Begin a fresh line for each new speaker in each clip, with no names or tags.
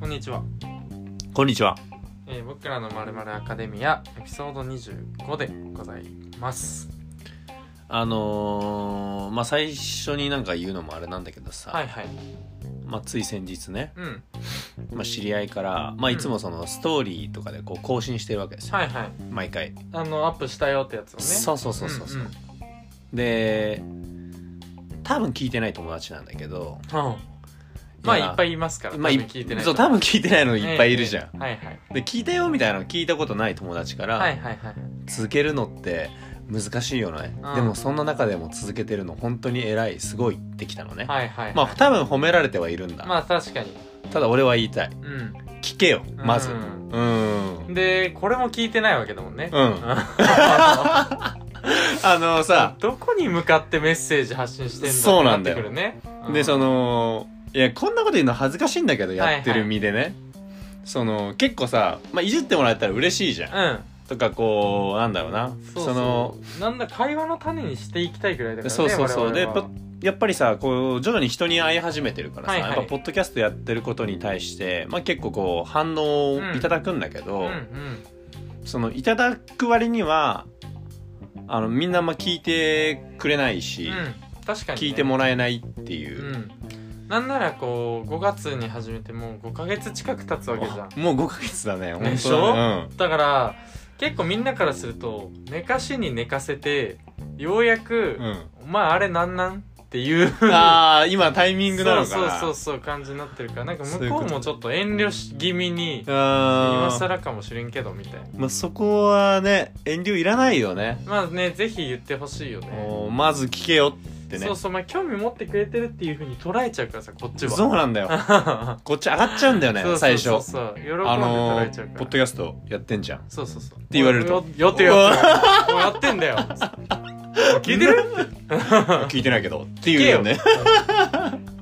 こんにちは、
こんにちは。
えー僕らのまるまるアカデミアエピソード25でございます
あのー、まあ最初になんか言うのもあれなんだけどさ、
はいはい
まあ、つい先日ね、
うん
まあ、知り合いから、まあ、いつもそのストーリーとかでこう更新してるわけですよ、
はいはい
毎回、
あのアップしたよってやつをね
そうそうそうそうそう、
んん
で多分聞いてない友達なんだけど
うんまあい
や
っぱいいますから、
まあ、
多分聞いてない
そう多分聞いてないのいっぱいいるじゃん、
ええはいはい
で聞いたよみたいなの聞いたことない友達から、
はいはいはい
続けるのって難しいよね、
うん
でもそんな中でも続けてるの本当に偉いすごいってきたのね、
はいはい
まあ多分褒められてはいるんだ、
まあ確かに
ただ俺は言いたい
うん
聞けよまず
うん
うん
でこれも聞いてないわけだもんね
うん
あ
あのさ
のどこに向かってメッセージ発信してんだって
そうなんだよ
ってくるねうん
でそのいやこんなこと言うの恥ずかしいんだけどやってる身でね、その結構さ、まあ、いじってもらえたら嬉しいじゃ
う
ん
ん
とかこうなんだろうな
そうそう
の
なんだ会話の種にしていきたいぐらいだからね
そうそうそう
我
で
々は
ポやっぱりさこう徐々に人に会い始めてるからさ、
はいはい
やっぱポッドキャストやってることに対して、まあ、結構こう反応をいただくんだけど、
うんうん
そのいただく割にはあのみんなあんま聞いてくれないし、
うん確かにね、
聞いてもらえないっていうう、
んなんならこう5月に始めてもう5ヶ月近く経つわけじゃん
もう5ヶ月だね本当
でしょ
だね
だから結構みんなからすると寝かしに寝かせてようやく
うん、うん
「お前あれなんなん?」っていう
ああ今タイミングなのか
そう
な
そうそうそう感じになってるからなんか
そう
向
いう
こ
こ
う
と
もちょっと遠慮し気味に今
あー
更かもしれんけどみたいな
まあそこはね遠慮いらないよね
まあねぜひ言ってほしいよね
おまず聞けよってね
そうそうまあ興味持ってくれてるっていうふうに捉えちゃうからさこっちは
そうなんだよこっち上がっちゃうんだよね
そう
最
そう
初
そうそう喜んで
あ
捉
の
えちゃう
ー
か
ポッド
ら
キャストやってん じゃん
そうそうそうって
言われると
やってるやってるおいやってんだよ聞いてる
聞いてないけどっていうよね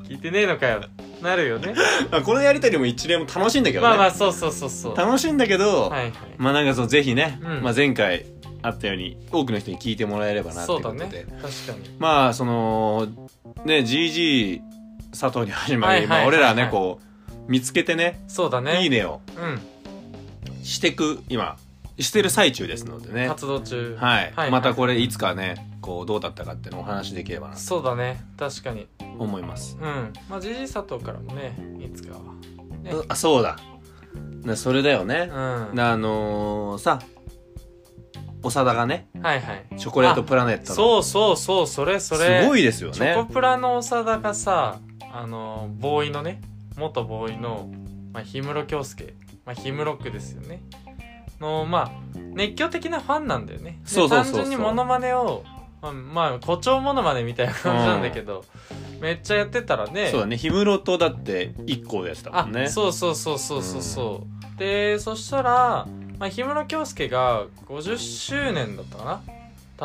聞いてねえのかよなるよね
あこのやりとりも一連も楽しいんだけどね、
まあまあそうそうそうそうは
楽しいんだけど、
いはい
まあなんかそのぜひね、
うん
まあ、前回あったように多くの人に聞いてもらえればなって
そ
こ
うだ
とで、
ね確かに
まあそのね GG 佐藤に始ま
はいはいはい
り、
はい
まあ、俺らねこう見つけてね
そうだ
「いい
ね
ね」を
う
してく今してる最中ですので
ん
ね、
活動中
はい
はい
またこれいつかねこうどうだったかっていうのをお話しできればなと
そうだね確かに
思います、
うんまあじじ佐藤からもねいつかはね
うあそうだなそれだよね、
うん
なあのーさ長田がね
はいはい
チョコレートプラネットの
そうそうそうそれそれ
すごいですよ
チョコ
ね
プラの長田がさあのボーイのね元ボーイの、まあ、氷室京介、まあ、氷室区ですよねのまあ熱狂的なファンなんだよねで
そうそうそうそう
単純にモノマネをまあ、まあ、誇張モノマネみたいな感じなんだけど、めっちゃやってたらね
そうだね氷室とだって一個でやってた
あ
もんね
そうそうそうそうそうそう、でそしたら、まあ、氷室京介が50周年だったかな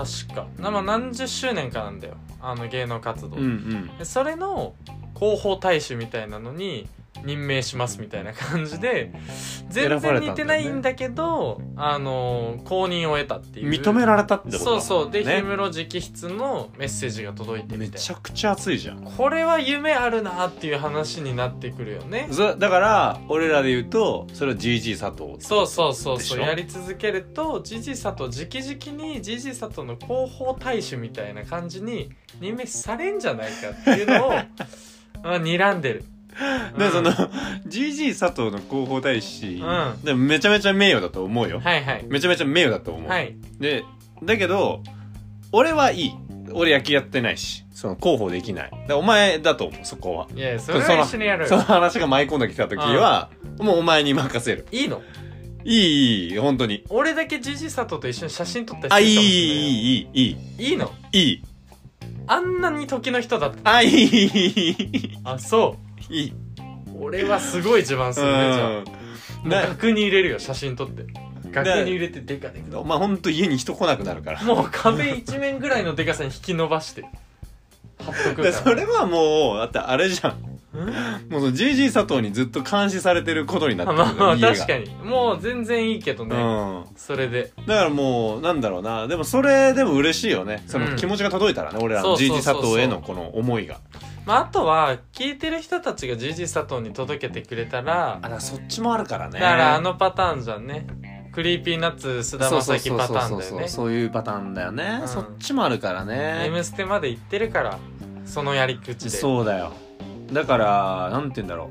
確か、まあ、何十周年かなんだよあの芸能活動、
うんうん
でそれの広報大使みたいなのに任命しますみたいな感じで全
選
然
ばれたんだよね
似てないんだけどあの公認を得たっていう
認められたってことだ
そうそうで
ね
氷室直筆のメッセージが届いて
め
みたい
ちゃくちゃ熱いじゃん
なこれは夢あるなっていう話になってくるよね
そだから俺らで言うとそれは GG 佐藤
そうそうそうそう
でしょ
やり続けるとジジサと直々にジジサとの広報大使みたいな感じに任命されんじゃないかっていう のをあ睨んでるう
で
ん
その GG 佐藤の広報大使、
うん
でもめちゃめちゃ名誉だと思うよ、
はいはい
めちゃめちゃ名誉だと思う、
はい
でだけど俺はいい俺野球やってないしその広報できないだからお前だと思うそこはい
やそれは一緒にやる
その話が舞い込んできた時は、もうお前に任せる
いいの
いいいいいい本当に
俺だけジジサとと一緒に写真撮ったり
あいいい
い
いいいいい
いいの
いい
あんなに時の人だった
あいいいい
あそ
いい、
う俺はすごい自慢するねじゃあ
うん、
もう額に入れるよ写真撮って額に入れてデカデカ
お前ほんと家に人来なくなるから
もう壁一面ぐらいのでかさに引き伸ばして貼っとくか
で
ら
それはもうだってあれじゃんもうその JG 佐藤にずっと監視されてることになっ
まあ
てる
まあ
家が
確かにもう全然いいけどね、
うん
それで
だからもうなんだろうなでもそれでも嬉しいよねその気持ちが届いたらね、俺ら
そ
の
うそう
GG
そうそう
佐藤へのこの思いが
まああとは聞いてる人たちが GG 佐藤に届けてくれたら
あだからそっちもあるからね
だからあのパターンじゃんねクリーピーナッツ菅田将暉パターンだよね
そういうパターンだよね、
うん
そっちもあるから
「
ね
M ステ」まで行ってるからそのやり口でう
そうだよだからなんて言うんだろ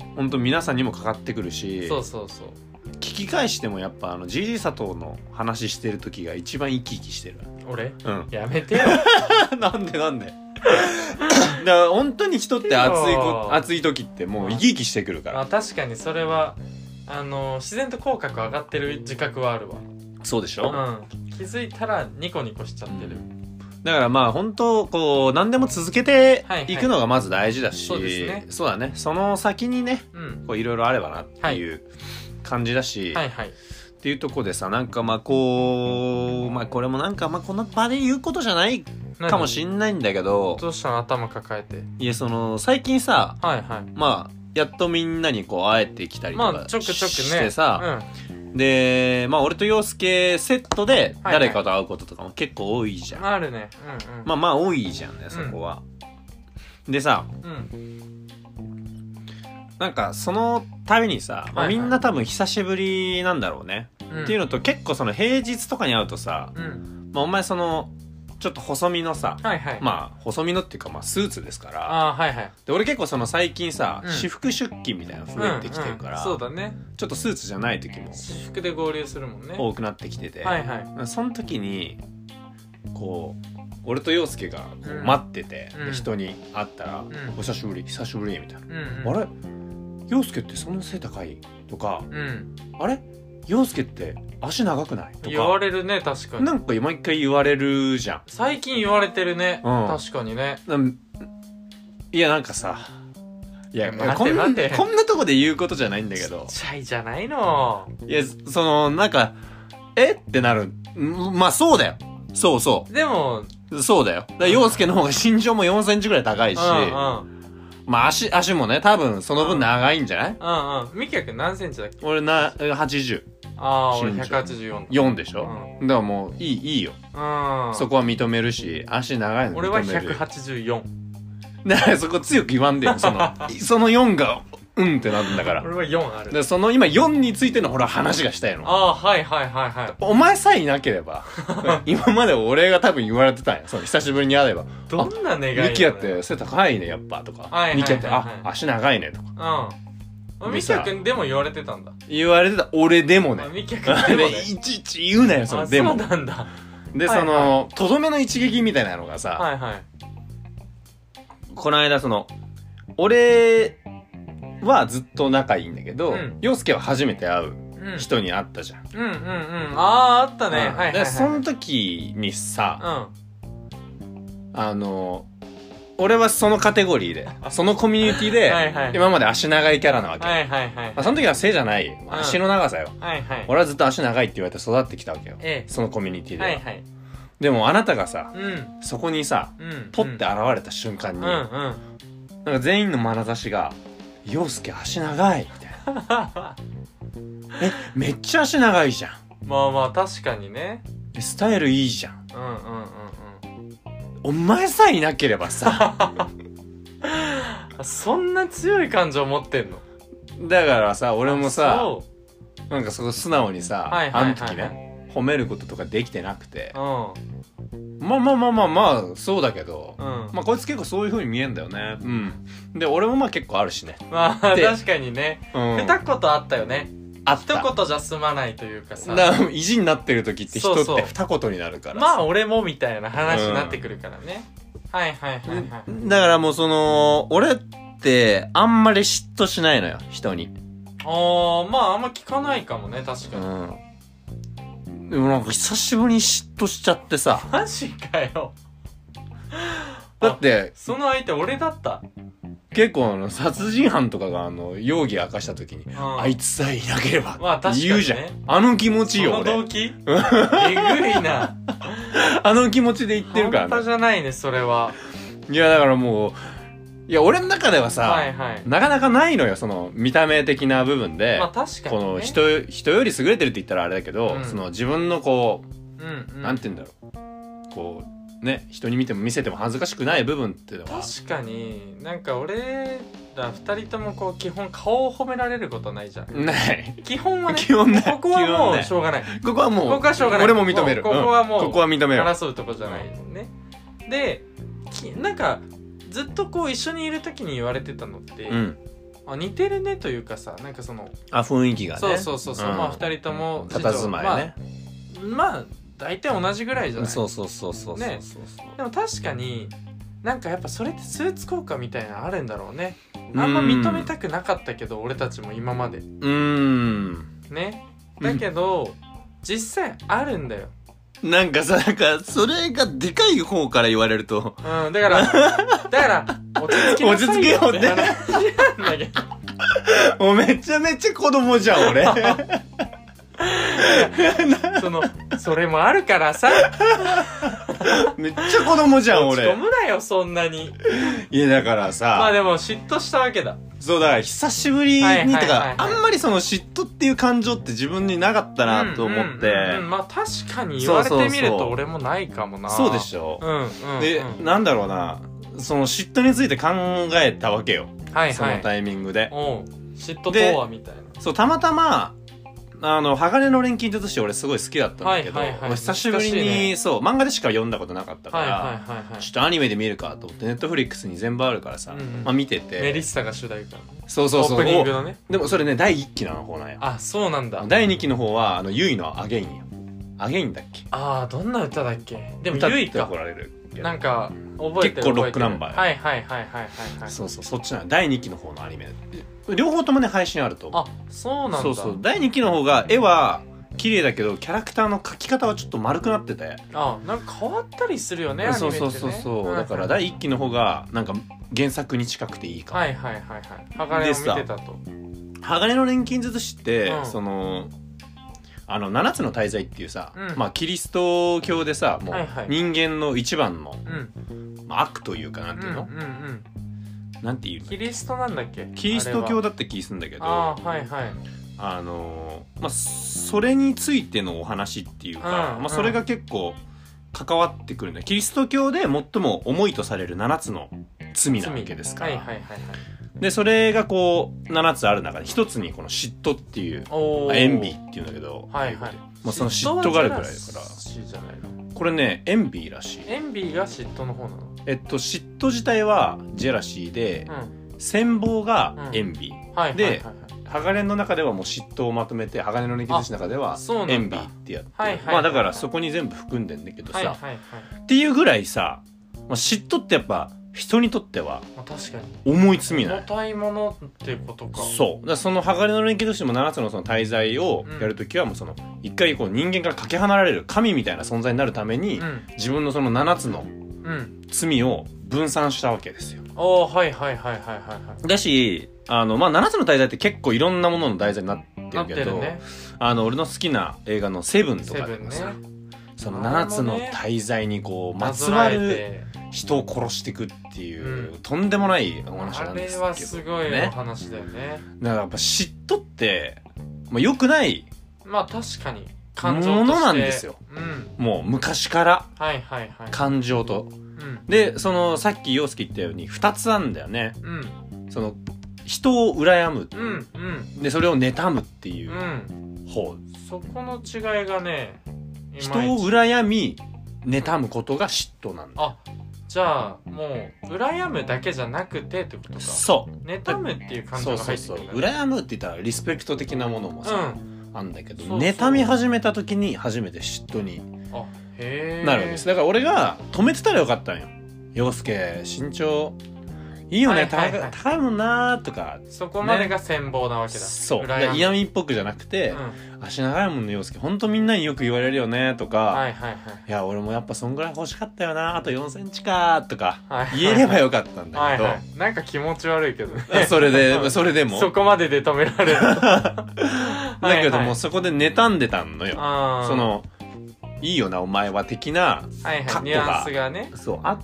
う本当皆さんにもかかってくるし
そうそうそう
聞き返してもやっぱあの GG 佐藤の話してる時が一番生き生きしてる
俺
う ん
やめてよ
なんでなんで だから本当に人って熱いこ熱い時ってもう生き生きしてくるから
あ確かにそれはあの自然と口角上がってる自覚はあるわ
そうでしょ、
うん気づいたらニコニコしちゃってる、
だからまあ本当こう何でも続けて
はいはい
いくのがまず大事だし、
そうですね
そうだねその先にね
うん
こういろいろあればなっていう感じだし、
はいはい
っていうとこでさなんかまあこうまあこれもなんかまあこの場で言うことじゃないかもしんないんだけど
何どうしたの頭抱えて
いやその最近さ
はいはい
まあやっとみんなにこう会えてきたりと
まあ
か
ちょくちょくね
してさ、でまあ俺と陽介セットで誰かと会うこととかも結構多いじゃ、
うんん、あるねうんうん
まあまあ多いじゃんねそこは、でさ
うん
なんかその度にさ、まあ、
はいはい
みんな多分久しぶりなんだろうね、
うん
っていうのと結構その平日とかに会うとさ、
うん
まあ、お前そのちょっと細身のさ
はいはいあ
まあ細身のっていうかまあスーツですから
あーはいはい
で俺結構その最近さ、
うん
私服出勤みたいなの増えてきてるから、
うんうんそうだね
ちょっとスーツじゃない時も
私服で合流するもんね
多くなってきてて、
はいはい
その時にこう俺と陽介がこう
うん
待ってて、
うん
で人に会ったら「
ん
お久しぶり久しぶり」みたいな
うんうん
あれ陽介ってそんな背高いとか、
うん
あれ陽介って足長くないと
言わ
か、
れるね確かに
なんか毎回言われるじゃ
最近言われてるね
うん
確かにね
ん。なんいや、なんかさ、いや、
待って
こんな
待って
こんなとこで言うことじゃないんだけど、
ちっちゃいじゃないの
いや、その、なんか、えってなる。んまあ、そうだよ。そうそ
でも
う。そうだよ。だから陽介の方が身長も4センチぐらい高いし、
うんうん
まあ、足、足もね、多分その分長いんじゃない
うんうんみきやくん何センチだっけ
俺な、80。
ああ俺
身長
184だ
4でしょ、だからもう、いい、いいよ。
うん
そこは認めるし、足長いの認め
俺
る。
は184
だからそこ強く言わんでよその その4がうんってなるんだから
俺は4ある
でその今4についてのほら話がしたいの
ああーはいはいはいはい
お前さえいなけ れば今まで俺が多分言われてたんやその久しぶりに会えば
どんな願い
「
よ
ミキヤって背高いねやっぱ」とか
はいはいはいは
「
い
ミキヤってあ足長いね」とか
うん。
で
みき
さ
やくんでも言われてたんだ。
言われてた俺でもね
あみきやくんでも、ね
で。 いちいち言うなよそ
あ
の「でも
そうなんだ。」
で
はいは
そ
い
のとどめの一撃みたいなのがさ
はいはい。
この間その俺はずっと仲いいんだけど
うん
陽介は初めて会う
うん。うんうんうん。
人に会ったじゃ
あ
ん
あ、あったね。はい
うん
はい、は
で
い。
その
うん。
時にさ、
あ
あの俺はそのカテゴリーでそのコミュニティで
はいはい
今まで足長いキャラなわけ、
はいはいはい
まあ、。その時は背じゃないよ足の長さよ、
はいはい。
俺はずっと足長いって言われて育ってきたわけよ、
ええ
そのコミュニティでは、
はいはい。
でもあなたがさ
うん。
そこにさ
うん。
ポッて現れた瞬間
う
に、
んうん。
なんか全員の眼差しが「陽介足長い」みたいな えめっちゃ足長いじゃん
まあまあ、確かにね。
えスタイルいいじゃん
うんうんうんうん。
お前さえいなければさ
あそんな強い感情持ってんの
だからさ俺もさ
そ
なんかそこ素直にさ、
はいはいはいはい
あの時ね褒めることとかできてなくて
う。うん。
まあまあまあまあまあそうだけど、
うん。
まあこいつ結構そういう風に見えんだよねうんで俺もまあ結構あるしね
まあ、
で
確かにね。
うん
二言あったよね。
あっ
一
た
言じゃ済まないというかさ。
だから意地になってる時って人
そう
っ
そう
て二言になるから
まあ
あ
俺もみたいな話になってくるからね、はいはいはいはい
だからもうその俺ってあんまり嫉妬しないのよ人に
ああまああんま聞かないかもね確か
う
に、
んでもなんか久しぶりに嫉妬しちゃってさ
マジかよ
だって
その相手俺だった、
結構あの殺人犯とかがあの容疑明かした時に
うん、
あいつさえいなければ
まあ確か
っ
に
て
ね
言うじゃん。あの気持ち
そ
よ、
の動
俺。
機えぐいな
あの気持ちで言ってるか
半
ら
端
ね。
じゃないねそれはい
や、だからもう、いや俺の中ではさ、
はいはい
なかなかないのよその見た目的な部分で、
まあ確かに、
こ
ね、
の人人より優れてるって言ったらあれだけど、
うん
その自分のこ
うん、う、
うんなんて言うんだろうこうね人に見ても見せても恥ずかしくない部分っていうのは
確かになんか俺ら二人ともこう基本顔を褒められることないじゃん、
ない
基本はね
基本ない
ここは
基本
も
な
う
い
しょうがない
ここはもう
ここはしょうがない
俺も認める
ここはもう
ここは認める
争うとこじゃないねできなんかずっとこう一緒にいる時に言われてたのって、
うん
あ似てるねというかさなんかその
あ雰囲気がね
そうそうそうそうまあ二人とも
たたずまいね、
まあ大体同じぐらいじゃない
そうそうそうそうそうそう
ねでも確かになんかやっぱそれってスーツ効果みたいなのあるんだろうねあんま認めたくなかったけど俺たちも今まで
うーん
ねだけど、実際あるんだよ、
なんかさなんかそれがでかい方から言われると
うん、だから だから落ち着きなさいよって話なんだけど
もうめちゃめちゃ子供じゃん俺
そのそれもあるからさ
めっちゃ子供じゃん
落ち込
俺
むなよそんなに
いやだからさ、
まあでも嫉妬したわけだ
そうだから久しぶりに、
はいはいはい
とか
はい
あんまりその嫉妬っていう感情って自分になかったなと思って、
うんうんうんまあ確かに言われてみる
そうそうそ
と
う
俺もないかもな
そうでしょ、
うんうん、うん、
で、なんだろうなその嫉妬について考えたわけよ、
はい
そ
は
の
い
タイミングで
おう嫉妬とはみたいな
そうたまたまあの鋼の錬金術師俺すごい好きだったんだけど、
はいはいはい
久しぶりに
懐かしいね
そう漫画でしか読んだことなかったから、
はいはいはいはい
ちょっとアニメで見るかと思ってネットフリックスに全部あるからさ、
うんうん
まあ、見て
メリッ
て
サが主題歌の
そうそうそう
オープニングのね
おでもそれね第1期なの方なんや
あそうなんだ
第2期の方はあのユイのアゲインやアゲインだっけ
ああどんな歌だっけでも
歌っ
ゆい
て
か
怒られるけど
なんか覚えてる
結構ロックナンバー
覚えてるはいはいはいはいはいはい
そうそうそっちなの第2期の方のアニメ両方ともね配信あると思う
あそうなんだ
そうそう第2期の方が絵は綺麗だけどキャラクターの描き方はちょっと丸くなってて
あなんか変わったりするよねアニメって
そう
ね
そうそうそう、だから
だ
第1期の方がなんか原作に近くていいかも、
はいはいはいはい鋼を見てたと
鋼の錬金術師って、
うん
そのあの7つの大罪っていうさ、
うん
まあ、キリスト教でさもう
はいはい
人間の一番の、
うん
まあ、悪というかなん
うん
て
う
いうん
う
の、
ん
なんていうの
キリストなんだっけ
キリスト教
だ
だって気するんだけど
あ
あ
あはいはい
のーまあそれについてのお話っていうか、
うん
まあ、それが結構関わってくるんだよキリスト教で最も重いとされる7つの罪なわけですから、
はいはいはいはい
でそれがこう7つある中で1つにこの嫉妬っていう
おお
エンビーっていうんだけど、
はいはい
まあ、その嫉妬があるく
嫉妬
らいだか
は
ら
ジェラシーじゃないの
これねエンビーらしい
エンビーが嫉妬の方なの
えっと嫉妬自体はジェラシーで
うん
羨望がエンビー、
はいはい
で
はいはい
鋼の中ではもう嫉妬をまとめて鋼の錬金術師の中では
あそうなんだ
エンビーってやってる
はいはいはい
まあだからそこに全部含んでんだけどさ、
はいはいはい
っていうぐらいさ、まあ、嫉妬ってやっぱ人にとっては
まあ確かに
重い罪な
重
の
たいものってことか
そうだからその鋼の錬金術師も7つのその滞在をやるときはもうその一回こう人間からかけ離れる神みたいな存在になるために
うん
自分のその7つの
うん
罪を分散したわけですよ
ああはいはいはいはいはいは
だしあの、まあ、7つの題材って結構いろんなものの題材になっ
い
て
なっ
るけ
て
ど
るね
あの俺の好きな映画の「セブン」と
セ
か
ブ
で
ン
も
ね
さ、その
なる
7
ほ
つ
ど
の
ね
大罪にこうま
な
つ
ぞ
わ
らえ
る
て
人を殺していくっていう、
うん
とんでもないお話な
あ
んで
れ
す
は
け
す
ど
ごいお
ね
話だよね
だからやっぱ嫉妬って、まあ、よくない
まあ確かに感情として
ものなんですよ
うん
もう昔から
はいはいはい
感情と
うん
でそのさっき陽介言ったように2つあんだよね
うん
その人を羨む
うんうん
でそれを妬むっていううん方、
そこの違いがねいまいち
人を羨み妬むことが嫉妬なんだ
あじゃあもう羨むだけじゃなくてってことか
そう
妬むっていう感情
そう
が
そ
入
う
ってく
そ
る
うん
だね
羨むって言ったらリスペクト的なものもさ、あんだけど
そうそう
妬み始めた時に初めて嫉妬に
うんあへえ
なるんです、だから俺が止めてたらよかったんよ陽介身長いいよね、
はいはいはい
高い高いもんなーとか
そこまでが羨望なわけだ、
そうだか
羨
ら
む
嫌味っぽくじゃなくて
うん、は
「足長いもんね陽介ほんとみんなによく言われるよね」とか、
いはいはい
いや俺もやっぱそんぐらい欲しかったよなあと4センチかとか
はいはい
言えればよかったん
は
だ
い
け
は
ど
いなんか気持ち悪いけどね
それでそれで も
そこまでで止められる
だけど
はいは
も
いう
そこで妬んでたのよ
あー
そのいいよなお前は的な
はい
カッ
は
ト
い
が
ニュアンスがね
そうあっ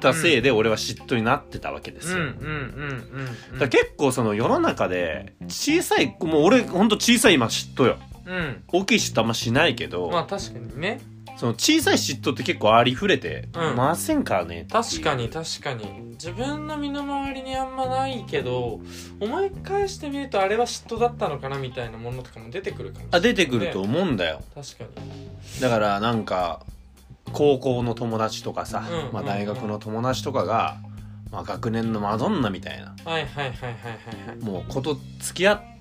たせいで俺は嫉妬になってたわけで
うん
す
うんう
よ、
んうん
だから結構その世の中で小さいもう俺ほんと小さい今嫉妬よ
うん
大きい嫉妬あんましないけど、
まあ確かにね
その小さい嫉妬って結構ありふれて
うん
ませんからね、
確かに確かに自分の身の回りにあんまないけど思い返してみるとあれは嫉妬だったのかなみたいなものとかも出てくるかもしれない
あ出てくると思うんだよ
確か
だからなんか高校の友達とかさ、
うんうんうん
まあ、大学の友達とかが、まあ、学年のマドンナみたいな
にはいはいはいはいはいはい
もうこと付き合って、
うん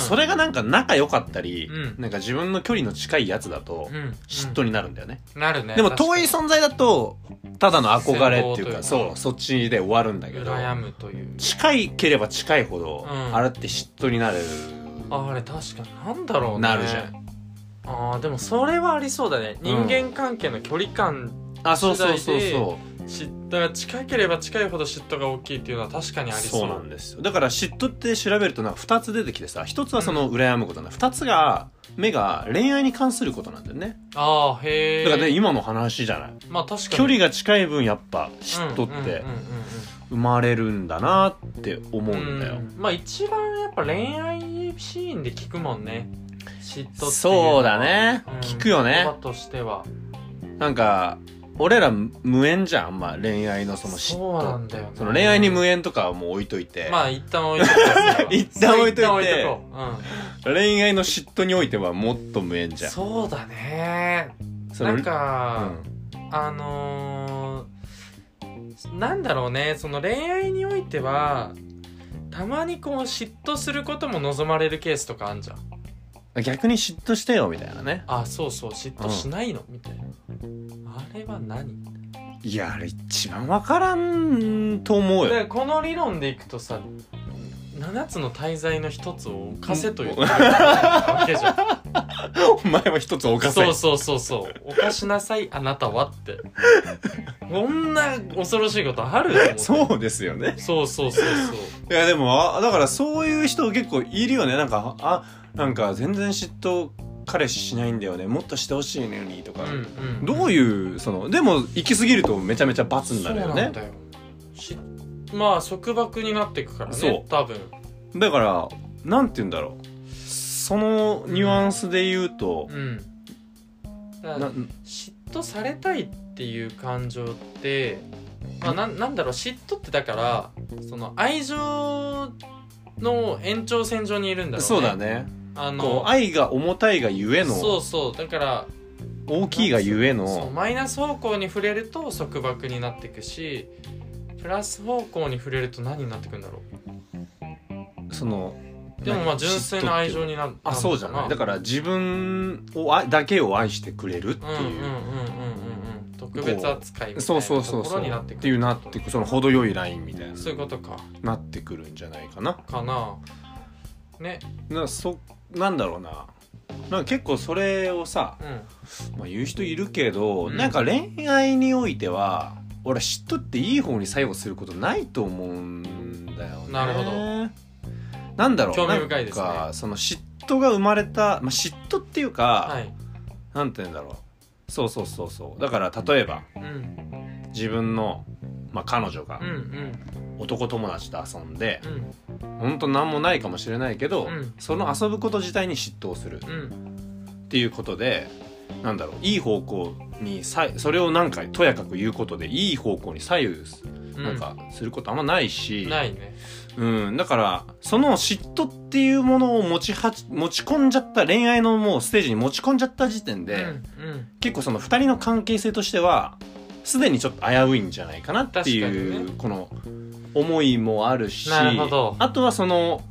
それがなんか仲良かったり、
うん
なんか自分の距離の近いやつだと
うん
嫉妬になるんだよね、
うんなるね
でも
確
遠
か
い
に
存在だとただの憧れって
羨望
いうか
というか
そうそっちで終わるんだけど
羨むという
近いければ近いほど、
うん
あれって嫉妬になる
あれ確かになんだろうね
なるじゃん
あーでもそれはありそうだね人
うん
間関係の距離感、
あそうそうそ
次
う
第で
そう
嫉妬が近ければ近いほど嫉妬が大きいっていうのは確かにありそう
そうなんですよだから嫉妬って調べるとなんか2つ出てきてさ1つはその羨むことな2つが目が恋愛に関することなんだよね
ああへえ
だからね今の話じゃない
まあ確かに
距離が近い分やっぱ嫉妬
うんうん
って
うんうん
生まれるんだなって思
う
うんだよ
んまあ一番やっぱ恋愛シーンで聞くもんね嫉妬っていうのは
そうだね
うん
聞くよね
言葉としては
なんか俺ら無縁じゃんあんま恋愛のその嫉
そうな
妬
んだよね
その恋愛に無縁とかはもう置いといて、
まあ一旦置いとこうそれは
一旦置いといて
一旦置いとこううん
恋愛の嫉妬においてはもっと無縁じゃん
そうだね
その
なん
う
か、
ん
あのーなんだろうねその恋愛においてはたまにこう嫉妬することも望まれるケースとかあんじゃん
逆に嫉妬してよみたいなね
あそうそう嫉妬しないの、みたいなあれは何
いやあれ一番分からんと思う
だか
よ
らこの理論でいくとさ7つの大罪の一つを犯せというわけじゃん
お前は一つおかせ
そうそうそうそう犯しなさいあなたはってこんな恐ろしいことあると思って
そうですよね
そうそうそうそう
いやでもあだからそういう人結構いるよねなんかあなんか全然嫉妬彼氏しないんだよねもっとしてほしいのにとか、
うんうん、
どういうそのでも行き過ぎるとめちゃめちゃ罰になるよ
そうな
ね
んだよしまあ束縛になっていくから
そう
ね多分
だからなんて言うんだろうそのニュアンスで言うと、
うんだから
な
嫉妬されたいっていう感情って、まあ、なんなんだろう嫉妬ってだからその愛情の延長線上にいるんだろうね
そうだね
あの
こう愛が重たいがゆえ
そ
の
うそうだから
大きいがゆえ
そう
の
マイナス方向に触れると束縛になっていくしプラス方向に触れると何になってくんだろ
その
うでもまあ
何
純粋な愛情になる
あそうじゃないだ
か
から自分をあだけを愛してくれるって
うんうんうんうんうん
いう、
うん特別扱いみたい
そう
な
そう
と
そう
こ
そ
ろ
う
になって
っ
く
ていうなってくその程よいラインみたいな
そういうことか
なってくるんじゃないかな
かなね
なそなんだろうななんか結構それをさ、
う
まあ、言う人いるけど、
うん
なんか恋愛においては俺嫉妬っていい方に作用することないと思うんだよね
なるほど
なんだろう
興味深いですね
なんかその嫉妬が生まれた、まあ、嫉妬っていうか、
んはい
なんて言うんだろうそうそうそうそうだから例えば
うんうん
自分の、まあ、彼女が
うん
男友達と遊んで、
うん
ほんと何もないかもしれないけど、
うん
その遊ぶこと自体に嫉妬するっ
うん
ていうことでなんだろういい方向にさそれをなんかとやかく言うことでいい方向に左右す
うん
なんかすることあんまないし、
ないね
うん、だからその嫉妬っていうものを持ちは持ち込んじゃった恋愛のもうステージに持ち込んじゃった時点で、
うんうん
結構その2人の関係性としてはすでにちょっと危ういんじゃないかなってい
確
う、
か
この思いもあるし
なるほど
あとはその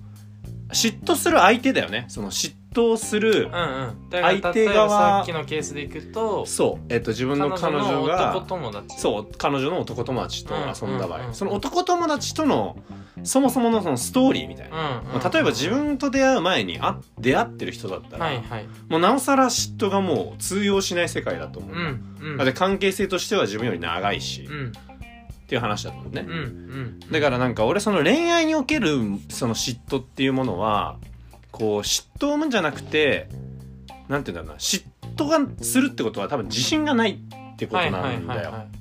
嫉妬する相手だよねその嫉妬す
うん
る、
うんだから
相
例
手
えば
側
さっきのケースでいくと
そう、えっと自分の彼女
の
が
男友達
そう彼女の男友達と遊んだ場合、
うんうんうん
その男友達とのそもそものそのストーリーみたいな、
ん
まあ例えば自分と出会う前にあ出会ってる人だったら、
はいはい
もうなおさら嫉妬がもう通用しない世界だと思う、
うんうん
だって関係性としては自分より長いし、
うん
っていう話だと思うね、
うんうん
だからなんか俺その恋愛におけるその嫉妬っていうものはこう嫉妬を生むんじゃなくてなんて言うんだろうな嫉妬がするってことは多分自信がないってこと
はい
な
はい
ん
はい
だ
は
よ
い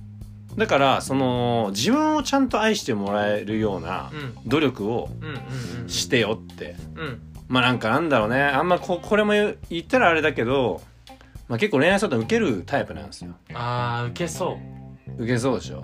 だからその自分をちゃんと愛してもらえるような
うん
努力を
うんうんうん
してよって
うん
まあなんかなんだろうねあんまここれも言う言ったらあれだけど、まあ、結構恋愛相談受けるタイプなんですよ
ああウケそう
受けそうでし
う
ょ
ん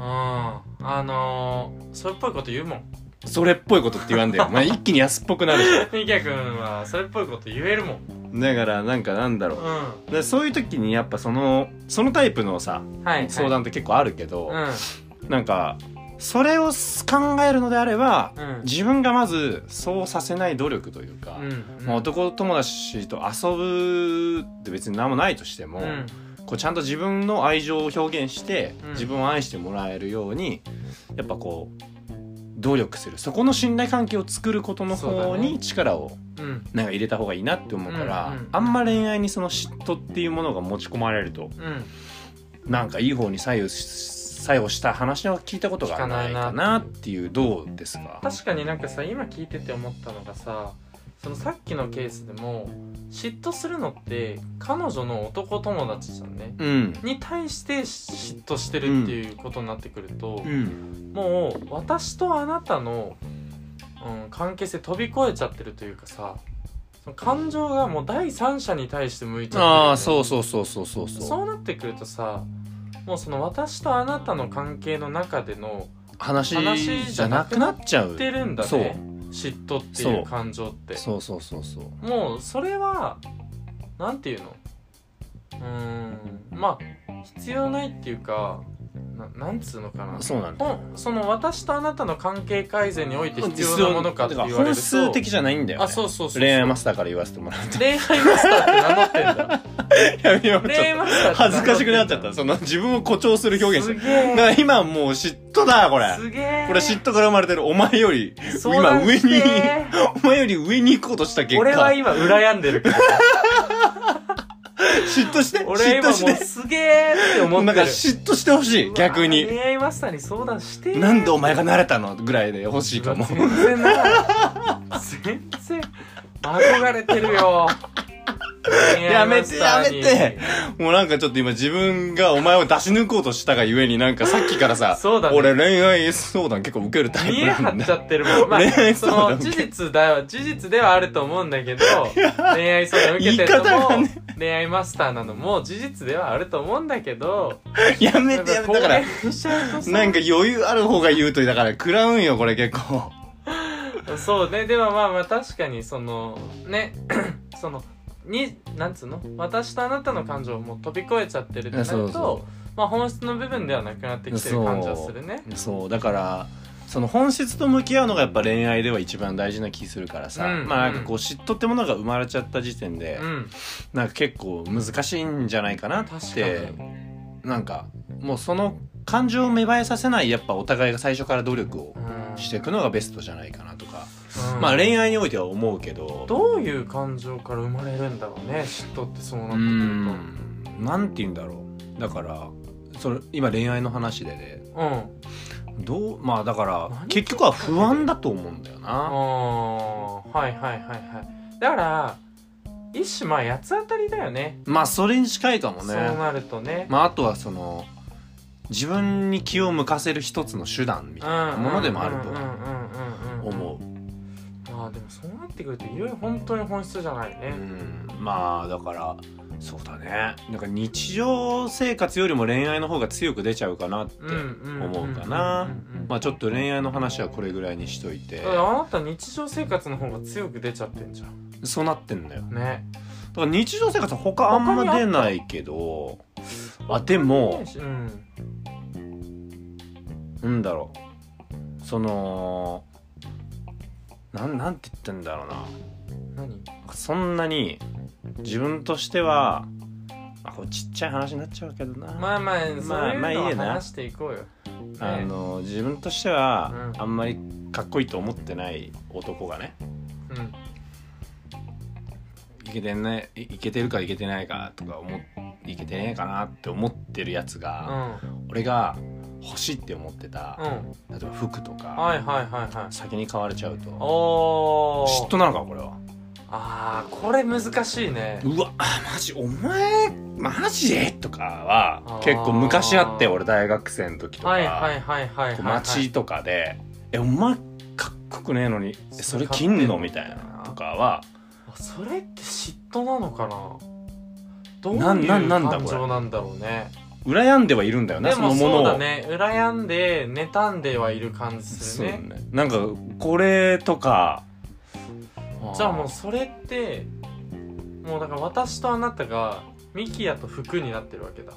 あのー、それっぽいこと言うもん
それっぽいことって言わんだよ、 まあ、一気に安っぽくなるじゃ
みきやくんはそれっぽいこと言えるもんうん
だからなんかなんだろうんでそういう時にやっぱそのそのタイプのさ
はい、はい、
相談って結構あるけど、
う
なんかそれを考えるのであれば、
んうん
自分がまずそうさせない努力というか、
うん
まあ、男友達と遊ぶって別に何もないとしても、
うん
こうちゃんと自分の愛情を表現して、
うん
自分を愛してもらえるようにやっぱこう努力するそこの信頼関係を作ることの
そう
方
だね
に力を
うん
なんか入れた方がいいなって思うから、
うんうん
あんま恋愛にその嫉妬っていうものが持ち込まれると
うん
なんかいい方に左右し作用した話は聞いたことがないかなっていうどうですか
確かになんかさ今聞いてて思ったのがさそのさっきのケースでも嫉妬するのって彼女の男友達じゃんね
うん
に対して嫉妬してるっていうことになってくると
う、ん
もう私とあなたの、うん、関係性飛び越えちゃってるというかさその感情がもう第三者に対して向いちゃってるよね、
ああそうそうそうそうそうそう
そうなってくるとさもうその私とあなたの関係の中での
話
話
じ
じ
ゃ
ゃ
な
な
く
く
な
な
っちゃう
言ってるんだね
そう
嫉妬って
そ
いうう感情って
そうそうそうそう
もうそれはなんていうのうーんまあ必要ないっていうかななんつうのかな
そうなんだ
ほんその私とあなたの関係改善において必要なものかって言われると
本数的じゃないんだよ、ね、
あそうそうそう
恋愛マスターから言わせてもらうと
恋愛マスターって名乗ってんだ
やめよう
恋
ちょっ
愛マスターっ
と
て名乗ってんだ
恥ずかしくなっちゃったその自分を誇張する表現し
す
て
げ
だ
え
から今もう嫉妬だこれ
すげえ
これ嫉妬から生まれてるお前より
相談して
今上お前より上に行こうとした結果
俺は今羨んでるから
嫉妬して
俺今
嫉妬
もう
して
すげえって思
な
っ
んか
てる
嫉妬してほしい逆
うわ
に
恋愛マスターに相談して
なんでお前が慣れたのぐらいで欲しい かも
全然な全然憧れてるよ
やめてやめ
恋愛
て
マスターに
もうなんかちょっと今自分がお前を出し抜こうとしたがゆえになんかさっきからさ
そうだね
俺恋愛相談結構受けるタイ
見
プ
え
な
張
ん
っ
だ
ちゃってるもん、ま
恋愛
あ、そ
相談
の
受
事
け
実だよ事実ではあると思うんだけど恋愛相談受けてる
言い
の
方が
も、
ね
恋愛マスターなのも事実ではあると思うんだけど
やめてやめてだから
公言しちゃうとさ
なんか余裕ある方が言うとだから食らうんよこれ結構
そうねでもまあまあ確かにそのね そのになんつうの私とあなたの感情をもう飛び越えちゃってるってなると
そうそ
まあ、本質の部分ではなくなってきてる感じはするね
うそうだからその本質と向き合うのがやっぱ恋愛では一番大事な気するからさ、
うん
まあなんかこう嫉妬ってものが生まれちゃった時点で、
うん
なんか結構難しいんじゃないかなっ
確か
て
に
なんかもうその感情を芽生えさせないやっぱお互いが最初から努力を
うん
していくのがベストじゃないかなとか、
うん
まあ恋愛においては思うけど
どういう感情から生まれるんだろうね嫉妬ってそうなって
う
くると
んなんて言うんだろうだからそれ今恋愛の話でで
うん
どうまあだから
何
結局は不安だと思うんだよ
あ
な
ーはいはいはいはいだから一種まあ八つ当たりだよね
まあそれに近いかも
そう
ね
なるとね、
まああとはその自分に気を向かせる一つの手段みたいなものでもあると
と
思う
まあでもそうなってくるといろいろ本当に本質じゃないね
うんまあだからそうだねなんか日常生活よりも恋愛の方が強く出ちゃうかなって、思うかなまあ
あ
ちょっと恋愛の話はこれぐらいにしといて、
あなた日常生活の方が強く出ちゃってんじゃん
そうなってんだよ
ね
だから日常生活は他あんま出ないけどあでも
うん
なんだろうそのなんなんて言ってんだろうな
何
そんなに自分としてはあこれちっちゃい話になっちゃうけどな、
まあまあそういう
まあまあいい
の
よ
は
な
話していこうよね
あの自分としては
うん
あんまりかっこいいと思ってない男がね
うん
いけてんねいいけてるかいけてないかとか思っいけてねえかなって思ってるやつ
う
が、
ん
俺が欲しいって思ってた、
うん
例えば服とか、
はいはいはいはい
先に買われちゃうと
おお
嫉妬なのかこれは
あーこれ難しいね
うわあマジお前マジとか
あー
は結構昔あって俺大学生の時とか、
はいはいはいはいはい、はい、
街とかで「えお前かっこよくねえのにえそれ切んの?」みたいなとかは
あそれって嫉妬なのかなどういう
な
感
んなんなんだこれ
情なんだろうね
羨んではいるんだよね
で
その
も
も
そう
の
だ
を。
ね羨んで妬んではいる感じす
そう
る
ね
ね
なんかこれとか
じゃあもうそれってもうだから私とあなたがミキヤと服になってるわけだ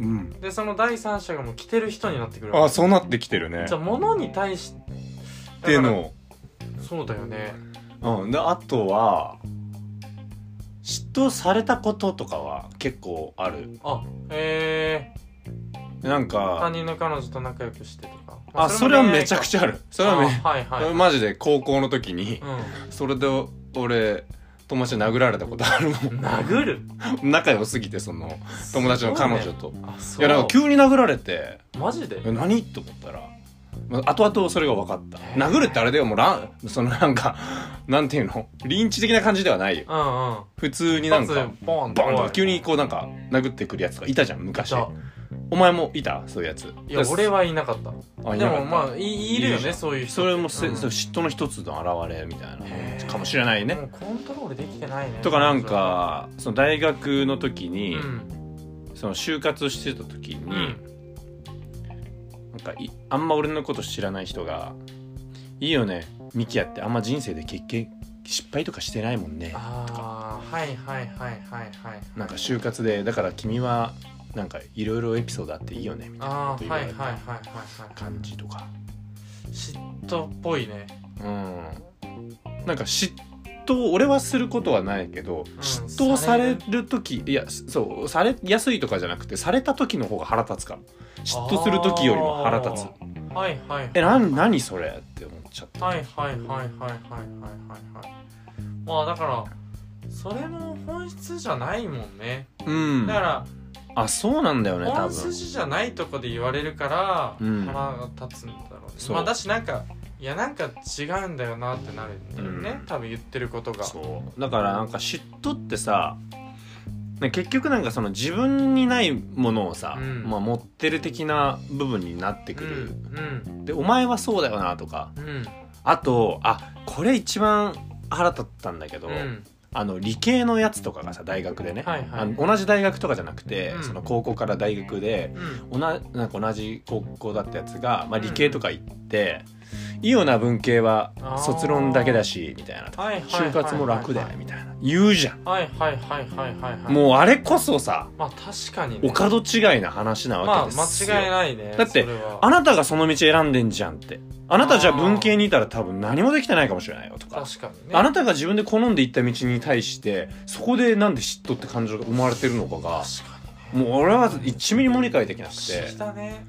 うん
でその第三者がもう着てる人になってくる
あ
わ
あそうなってきてるね
けじゃあ物に対し
っていう
だか
の
らそうだよね
をうんであとは嫉妬されたこととかは結構ある
あえ
なん
ー、他
か
人の彼女と仲良くしてとか、
あそれはめちゃく
ゃ
ちゃあるそ
そ
れ
れ
は
も恋愛
め
かあはいはい、
マジで高校の時にそれで俺友達に殴られたことあるも
うん殴る
ん 仲良すぎてその友達の彼
すごい
女
ね
と
あそ
いうやなんか急に殴られて
マジで
え何と思ったら、まあ、後々それが分かった
へー
殴るってあれだよもうランそのなんかなんていうのリンチ的な感じではないよ
うんうん
普通になん
一
か
発でボン
バン
お
と
い
急にこうなんか殴ってくるやつがいたじゃん
い
昔
た
お前もいたそういうやつ
いや
だ
俺はいなかった
あい
で
なかった
もまあいいるよねそういう人
それもせ、
うん
そう嫉妬の一つの表れみたい
へー
なかもしれないね
もうコントロールできてないね
とかなんかその大学の時
う
に、
ん
その就活してた時に、
うん
なんかいあんま俺のこと知らない人が「いいよねミキヤってあんま人生で経験失敗とかしてないもんね
ああはいはいはいはいはい」
なんか就活でだから君はなんかいろいろエピソードあっていいよねみたいな
あ
こと
ー
言わ
はいは
れ
いはい
た
はいはい
感じとか
嫉妬っぽいね
うんなんか嫉妬俺はすることはないけど、嫉妬さ
され
れ
る
る時いやそうされやすいとかじゃなくてされた時の方が腹立つから嫉妬する時よりも腹立つ
あはいはい
えな何それって思っちゃった
はいはいはいはいはいはいはいはいまあだからそれも本質じゃないもんね
うん
だから
あそうなんだよね多
本
分
筋じゃないとこで言われるから
うん
腹が立つんだろうね、
そう
まあだしなんかいやなんか違うんだよなってなるんだよね、
うん
多分言ってることが
そうだからなんか嫉妬ってさね結局なんかその自分にないものをさ、
うん
まあ、持ってる的な部分になって
う
くる、
ん
でお前はそうだよなとか
うんうん
あとあこれ一番腹立ったんだけど、
うん
あの理系のやつとかがさ大学でね、
はいはい
あの同じ大学とかじゃなくて、
うん
その高校から大学で
うん
同なんか同じ高校だったやつが、まあ、理系とか行って、いいよな文系は
あー
卒論だけだしみたいなとか
はいはいはい
就活も楽だよ
はい
みたいな言うじゃん、
はいはいはいはいはいはい
もうあれこそさ
まあ確かにね
お門違いな話な
ま
わ
あ
けですよ、
間違いないね
だって
それは
あなたがその道選んでんじゃんってあなたじゃあ文系にいたら多分何もできてないかもしれないよとか
確かにね
あなたが自分で好んでいった道に対してそこでなんで嫉妬って感情が生まれてるのかが
確かにね
もう俺は1ミリも理解できなく
不思議
て
だね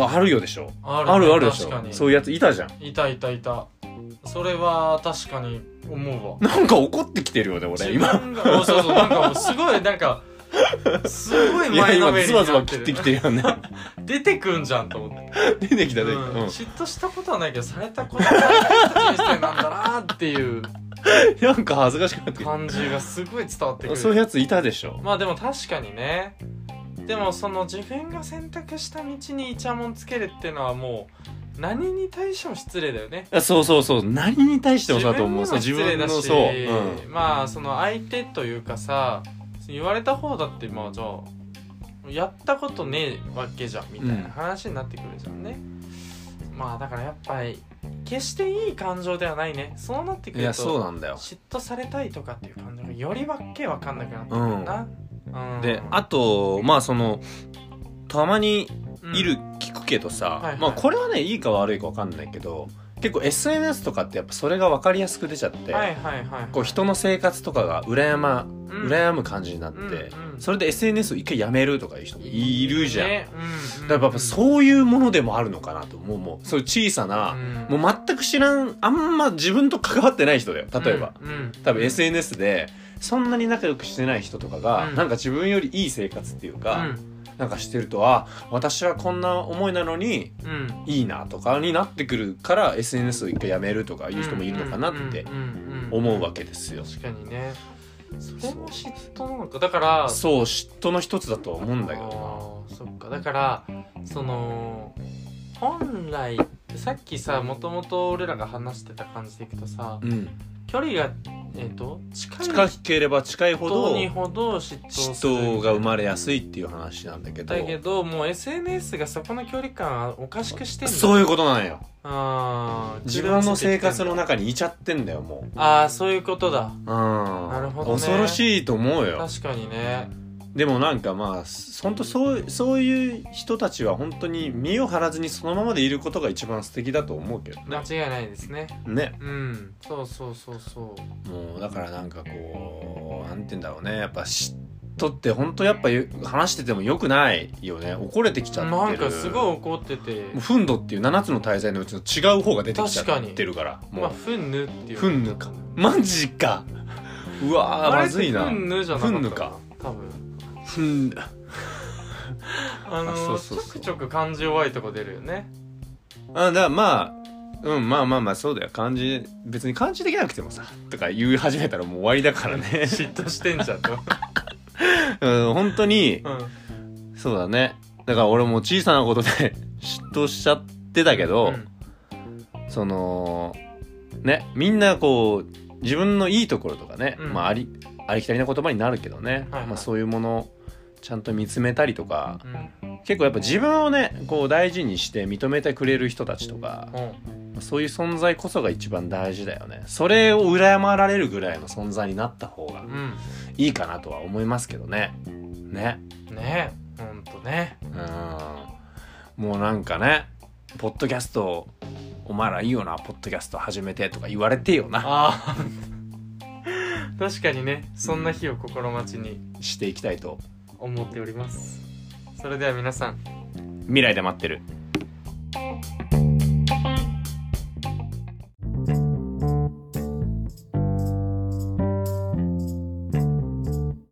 あるよでしょ
あ
あるあるでし
確か
ょ
に
そういうやついたじゃん
いたいたいたそれは確かに思うわ
なんか怒ってきてるよね俺今
自分がおそうそうなんかもうすごいなんかすごい
いや
前の
今
めり
ズ
にな
バ
ってる
ズバ切ってきてる よね
出てくんじゃんと思って、
出てきた
うん
出てきた、うん
嫉妬したことはないけどされたことは人生なんだなっていう
なんか恥ずかしくなってき
感じがすごい伝わって
た
く
そういう
る
やついたでしょ
まあでも確かにねでもその自分が選択した道にイチャモンつけるっていうのはもう何に対しても失礼だよね
あそうそうそう何に対してもそうだと思うそう
自分にも
自
失
分
礼
の
だし、まあその相手というかさ言われた方だってまあじゃあやったことねえわけじゃんみたいな話になってくるじゃんね、まあだからやっぱり決していい感情ではないねそうなって
う
くる
んい
と
やそうなんだよ
嫉妬されたいとかっていう感情がよりわけわかんなくなってくるな、うん
であとまあそのたまに
うん
いる聞くけどさ、
はいはい
まあこれはねいいか悪いか分かんないけど結構 SNS とかってやっぱそれが分かりやすく出ちゃって、
はいはいはい、
こう人の生活とかが羨ま、
うん
羨む感じになって、
うんうん
それで SNS を一回やめるとかいう人もいるじゃん、
ねうんうん
だからやっぱそういうものでもあるのかなと思うもうそういう小さな、
うん
もう全く知らんあんま自分と関わってない人だよ例えば、
うんうん
多分 SNS でそんなに仲良くしてない人とかが、
うん
なんか自分よりいい生活っていうか、
うん
なんかしてるとあ私はこんな思いなのに
うん
いいなとかになってくるから SNS を一回やめるとかいう人もいるのかなって
うんうんうんうん
思うわけですよ。
確かにねそれも嫉妬なのかだから
そう嫉妬の一つだとは思うんだけど
あーそっかだからその本来さっきさもともと俺らが話してた感じでいくとさ
な、うん、
距離がえっ、と近い
近ければ近いほ
人
ど
に
嫉
ほど嫉妬する
妬が生まれやすいっていう話なんだけど
だけどもう SNS がそこの距離感おかしくしてんだ
そう
う
いうことなんよ
あー
自分の生活の
中
中にいちゃってんだよもう
ああそういうことだ
うん
るほどね
恐ろしいと思うよ
確かにね
でもなんかまあそ本当そうそういう人たちは本当に身を張らずにそのままでいることが一番素敵だと思うけど
間
ね
違いないですね
ね
うんそうそうそうそう
もうだからなんかこうなんて言うんだろうねやっぱ嫉妬って本当やっぱよ話しててもよくないよね怒れてきちゃってる
なんかすごい怒ってて
もう憤怒っていう7つの大罪のうちの違う方が出てきちゃってるから
ま
も
あ
う
ふんぬっていう
憤怒かマジかうわーまずいな
ふんぬじゃなかった
憤怒か
多分
憤
あの
あそうそうそう
ちょくちょく感じ弱いとこ出るよ ね
あだからまあうんまあまあまあそうだよ漢字別に漢字できなくてもさとか言い始めたらもう終わりだからね
嫉妬してんじゃんと
うん本当に
うん
そうだねだから俺も小さなことで 嫉妬しちゃってたけど、
うん
そのねみんなこう自分のいいところとかね、
うん
まあ、ありありきたりな言葉になるけどね、
はいはい
まあ、そういうものをちゃんと見つめたりとか
うん
結構やっぱ自分をねこう大事にして認めてくれる人たちとか、
うん
そういう存在こそが一番大事だよねそれを羨まられるぐらいの存在になった方が
うん
いいかなとは思いますけどねね
ねえほんとね
うんもうなんかねポッドキャストお前らいいよなポッドキャスト始めてとか言われてよな
ああ確かにねそんな日を心待ちに
していきたいと
思っておりますそれでは皆さん
未来で待ってる